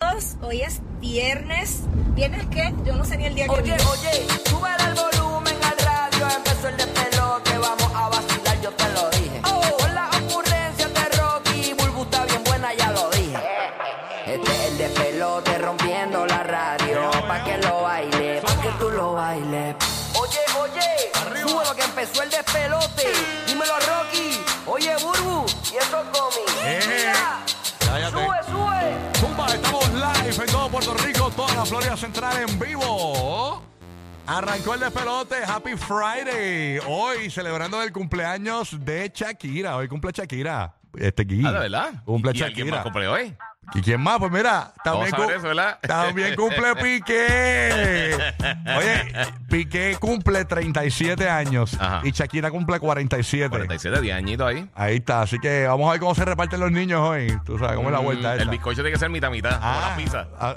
amigos. Hoy es viernes. ¿Viernes qué? Yo no sé ni el día que Oye, viene. oye, sube el volumen al radio, empezó el despelote, vamos a vacilar, yo te lo dije. Con la ocurrencia de Rocky, Bulbu está bien buena, ya lo dije. Este es el despelote rompiendo la radio, pa' que lo baile, pa' que tú lo bailes. Oye, oye, sube lo que empezó el despelote, dímelo Rocky. Oye, Burbu, y eso Eh, comi. cállate. sube, sube. Zumba, estamos live en todo Puerto Rico, toda la Florida Central en vivo. Arrancó el despelote, Happy Friday. Hoy celebrando el cumpleaños de Shakira. Hoy cumple Shakira. Este Gui. Ah, ¿de verdad? Cumple ¿Y alguien más Shakira. cumple hoy? ¿Y quién más? Pues mira, también, Vamos a ver cum- eso, ¿verdad? también cumple Piqué. Oye, Piqué cumple 37 años Ajá. y Shakira cumple 47. 47, 10 añitos ahí. Ahí está, así que vamos a ver cómo se reparten los niños hoy. Tú sabes cómo es la vuelta Mm, esa. El bizcocho tiene que ser mitad mitad, como la pizza. ah,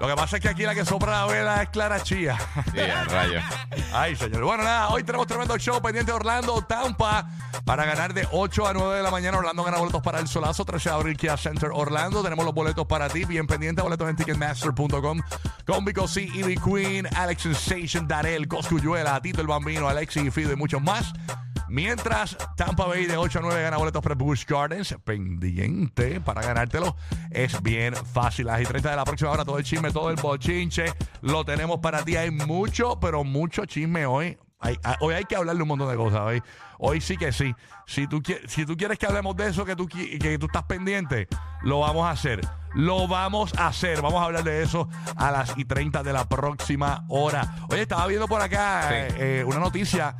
lo que pasa es que aquí la que sopra la vela es Clara Chía. Sí, a rayos. Ay, señor. Bueno, nada, hoy tenemos tremendo show pendiente de Orlando, Tampa, para ganar de 8 a 9 de la mañana. Orlando gana boletos para el solazo, 13 de abril, Kia Center Orlando. Tenemos los boletos para ti, bien pendiente, boletos en ticketmaster.com. Con Vico C, Ivy Queen, Alex Sensation, Darel, Coscuyuela, Tito el Bambino, Alexi y Fido y muchos más. Mientras Tampa Bay de 8 a 9 gana boletos para Busch Gardens, pendiente para ganártelo. Es bien fácil. A las y 30 de la próxima hora, todo el chisme, todo el bochinche, lo tenemos para ti. Hay mucho, pero mucho chisme hoy. Hay- a- hoy hay que hablarle un montón de cosas. Hoy, hoy sí que sí. Si tú, qui- si tú quieres que hablemos de eso, que tú, qui- que tú estás pendiente, lo vamos a hacer. Lo vamos a hacer. Vamos a hablar de eso a las y 30 de la próxima hora. Oye, estaba viendo por acá Sí. eh, eh, una noticia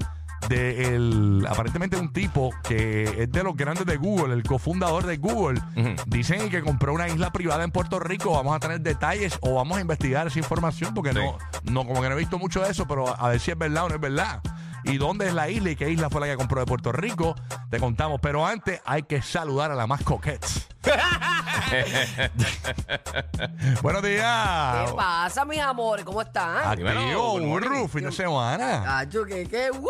de el, aparentemente un tipo que es de los grandes de Google, el cofundador de Google, dicen que compró una isla privada en Puerto Rico. Vamos a tener detalles o vamos a investigar esa información porque Sí. no, no, como que no he visto mucho de eso, pero a, a ver si es verdad o no es verdad. ¿Y dónde es la isla y qué isla fue la que compró de Puerto Rico? Te contamos, pero antes hay que saludar a la más coquette. Buenos días. ¿Qué pasa, mis amores? ¿Cómo están? Dímelo, Activo, good morning. burro, fin de semana. Cacho, Ah, que qué, ¡Woo!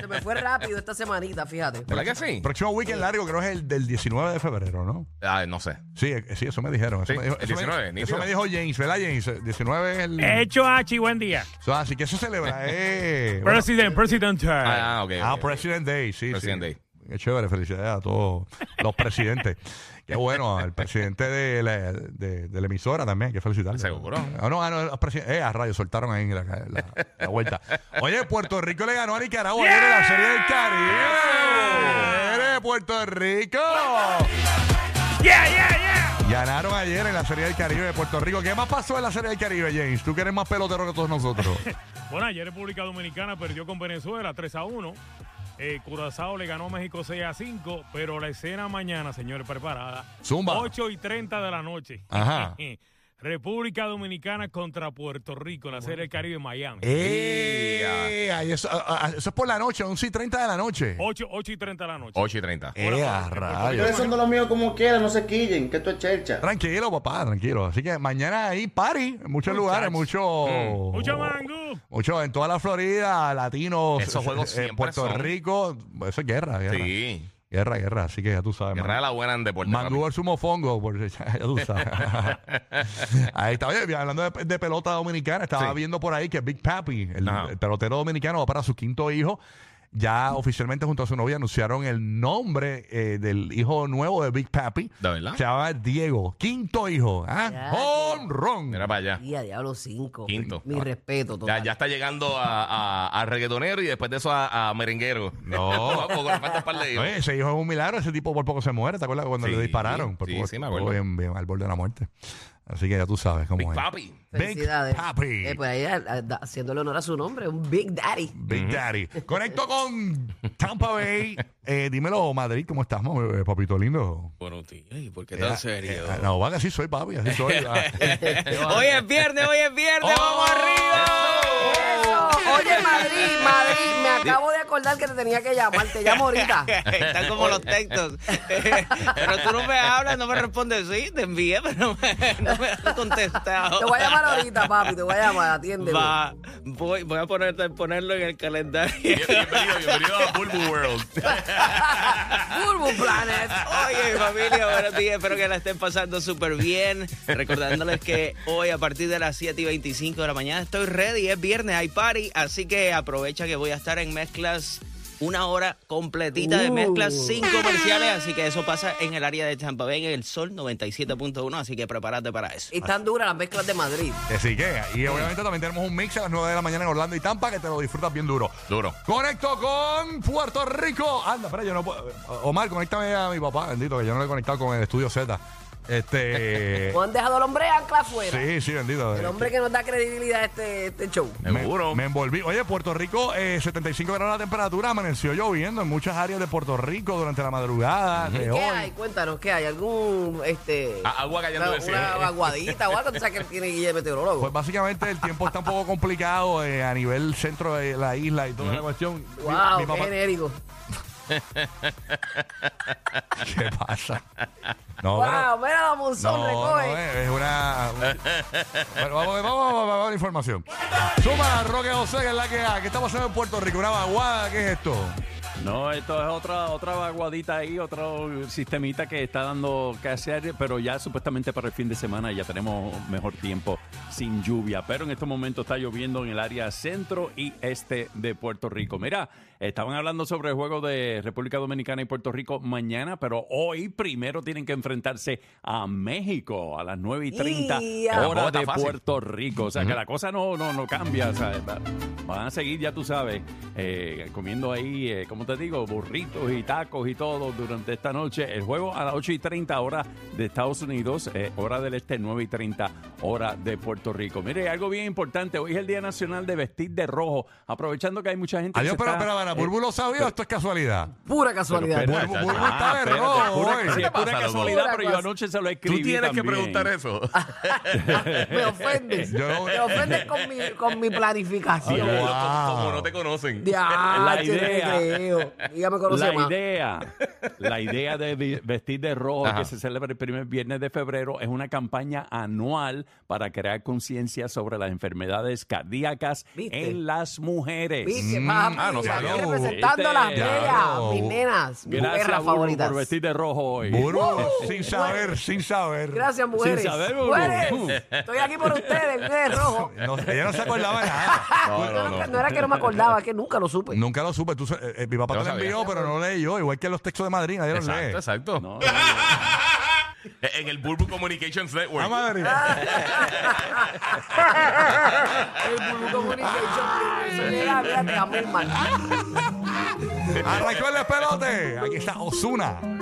Se me fue rápido esta semanita, fíjate. ¿Verdad que sí? Próximo weekend largo creo es el del 19 de febrero, ¿no? Ah, no sé. Sí, eh, sí, eso me dijeron. Eso, Sí, me, dijo, el eso me- 19, eso nítido. me dijo James, ¿verdad, James? Eh, 19 es el. Hecho Hachi, buen día. So, así que eso celebra. Eh, bueno, President, President. Ah, ah, ok. ah, ok. President Day, sí. President sí. Day. Qué chévere, felicidades a todos los presidentes. Qué bueno, al presidente de la, de, de la emisora también, hay que felicitarlo. Seguro. Ah, no, ah, no, los presiden- eh, a rayos, soltaron ahí la, la- la vuelta. Oye, Puerto Rico le ganó a Nicaragua ayer en la Serie del Caribe. ¡Eres Puerto Rico! Yeah, yeah, yeah. Ganaron ayer en la Serie del Caribe de Puerto Rico. ¿Qué más pasó en la Serie del Caribe, James? Tú que eres más pelotero que todos nosotros. Bueno, ayer República Dominicana perdió con Venezuela 3 a 1. Eh, Curazao le ganó a México 6 a 5, pero la escena mañana, señores, preparada. Zumba. Ah. 8 y 30 de la noche. Eh, Ajá. República Dominicana contra Puerto Rico en la Serie del Caribe en Miami. ¡Eh! ay, eso, a- a- eso es por la noche, 11 y 30 de la noche. 8, 8 y 30 de la noche. 8 y 30. ¡Eh, a rayos! Ustedes son de los míos como quieran, no se quillen, que esto es chercha. Tranquilo, papá, tranquilo. Así que mañana ahí party en muchos lugares, mucho... Mm. Mucho mango. Mucho en toda la Florida, latinos, Esos juegos eh, siempre Puerto son. Rico, eso es guerra, guerra. Sí. Guerra, guerra, así que ya tú sabes. Guerra man. de la buena en deporte. Mandú el sumofongo, por, ya tú sabes. ahí está. Oye, hablando de, de pelota dominicana, estaba Sí. viendo por ahí que Big Papi, el, Ajá. el pelotero dominicano, va para su quinto hijo. Ya oficialmente junto a su novia anunciaron el nombre eh, del hijo nuevo de Big Papi. ¿De verdad? Se llama Diego. Quinto hijo. Ya, ¿ah? tío. ¡Honrón! Mira para allá. Día, diablo, cinco. Quinto. Mi respeto, Ya, total. ya está llegando a, a- a reggaetonero y después de eso a, a merenguero. No. Poco, le falta un par de ellos. Oye, ese hijo es un milagro, ese tipo por poco se muere, ¿te acuerdas cuando Sí, le dispararon? Por sí, poco sí, me acuerdo. estuvo bien- bien al borde de la muerte. Así que ya tú sabes cómo Big es. Papi. Big Felicidades. Papi. Eh, pues ahí, a- a- da- haciéndole honor a su nombre, un Big Daddy. Big Daddy. Conecto con Tampa Bay. Eh, dímelo, Madrid, ¿cómo estás, mo- eh, papito lindo? Buenos días, ¿y por qué Eh, tan serio? eh, no, van, así soy, papi, así soy. Ah. hoy es viernes, hoy es ¡Oh! viernes, Oh, vamos ¡Eh! arriba. Oye, Madrid, Madrid, me acabo de acordar que te tenía que llamar, te llamo ahorita. Están como los textos. pero tú no me hablas, no me respondes. Sí, te envié, pero no me, no me has contestado. Te voy a llamar ahorita, papi, te voy a llamar, atiéndeme. Va, Voy, voy a ponerte, ponerlo en el calendario. Bien- Bienvenido, bienvenido a Bulbu World. Urban Planet. Oye, familia, buenos días. Espero que la estén pasando súper bien. Recordándoles que hoy, a partir de las 7 y 25 de la mañana, estoy ready. Es viernes, hay party. Así que aprovecha que voy a estar en mezclas. Una hora completita de mezclas sin comerciales, así que eso pasa en el área de Tampa Bay, en el Sol 97.1, así que prepárate para eso. Y tan duras las mezclas de Madrid. Así que, y obviamente también tenemos un mix a las 9 de la mañana en Orlando y Tampa que te lo disfrutas bien duro. Duro. Conecto con Puerto Rico. Anda, espera, yo no puedo. eh, Omar, conéctame a mi papá, bendito, que yo no lo he conectado con el estudio Z. Este. ¿O han dejado al hombre ancla afuera? sí, sí, bendito. este, El hombre que nos da credibilidad a este, este show. Me, Seguro. me envolví. Oye, Puerto Rico, eh, 75 grados la temperatura, amaneció lloviendo en muchas áreas de Puerto Rico durante la madrugada de ¿Qué hoy. hay? Cuéntanos, ¿qué hay? ¿Algún, este... A- Ah, agua cayendo una, del cielo. una aguadita o algo? ¿Tú sabes que tiene Guille meteorólogo? Pues básicamente el tiempo está un poco complicado eh, a nivel centro de la isla y toda la cuestión. Mi- wow, mi qué papá- genérico. ¿Qué pasa? No, wow, mira la monzón no, recoge. no, eh. es, es una. Bueno, vamos, vamos, vamos, vamos, vamos a la información. Suma, Roque José, que es la que hay. ¿Qué está pasando en Puerto Rico? ¿Una vaguada? ¿Qué es esto? No, esto es otra otra vaguadita ahí, otro sistemita que está dando que hacer, pero ya supuestamente para el fin de semana ya tenemos mejor tiempo sin lluvia. Pero en este momento está lloviendo en el área centro y este de Puerto Rico. Mira, estaban hablando sobre el juego de República Dominicana y Puerto Rico mañana, pero hoy primero tienen que enfrentarse a México a las 9 y 30 Y- Tampoco hora Oh, está de fácil. Puerto Puerto Rico. O sea, que la cosa no, no, no cambia. O sea, va- van a seguir, ya tú sabes, eh, comiendo ahí, eh, ¿cómo te digo? Burritos y tacos y todo durante esta noche. El juego a las 8 y 30 hora de Estados Unidos, eh, hora del este, 9 y 30 hora de Puerto Rico. Mire, algo bien importante. Hoy es el Día Nacional de Vestir de Rojo. Aprovechando que hay mucha gente... que Adiós, se pero, está, pero, pero, eh, ¿Burbu lo sabía o esto es casualidad? Pura pero casualidad. espera, Burbu- ya, Burbu ya. está de espérate, rojo pura- hoy. sí, ¿Qué te pura pasa, Lobo? casualidad, pero yo anoche se lo Tú escribí tienes que también. preguntar eso. Me ofendes. Yo- Me ofendes con mi, con mi planificación. Como, Wow. no- como no te conocen. Ya, La idea. Ya me conoce La más. idea, la idea de vi- vestir de rojo Ajá. que se celebra el primer viernes de febrero es una campaña anual para crear conciencia sobre las enfermedades cardíacas ¿Viste? en las mujeres. Viste, Mm, papi, ah, no aquí sabía. representando a las Viste. bellas, Claro. mis nenas, mis Gracias perras Burbu, favoritas. por vestir de rojo hoy. Burbu, sin saber, sin saber. Gracias, mujeres. saber, Burbu. mujeres, estoy aquí por ustedes, mire, rojo. No, ella no se acordaba de nada. No, no, No, no. era que no me acordaba, es que nunca lo supe. Nunca lo supe. Tú, se- eh, eh, mi papá Yo te lo sabía. envió, pero no leí yo. Igual que los textos de Madrid, nadie los Exacto, lee. exacto. No, no, En el Bulbu Communications Network. A Madrid. El Burbu Communication, eso llega, mira, te amo, hermano. Arrancó el despelote. Aquí está Osuna.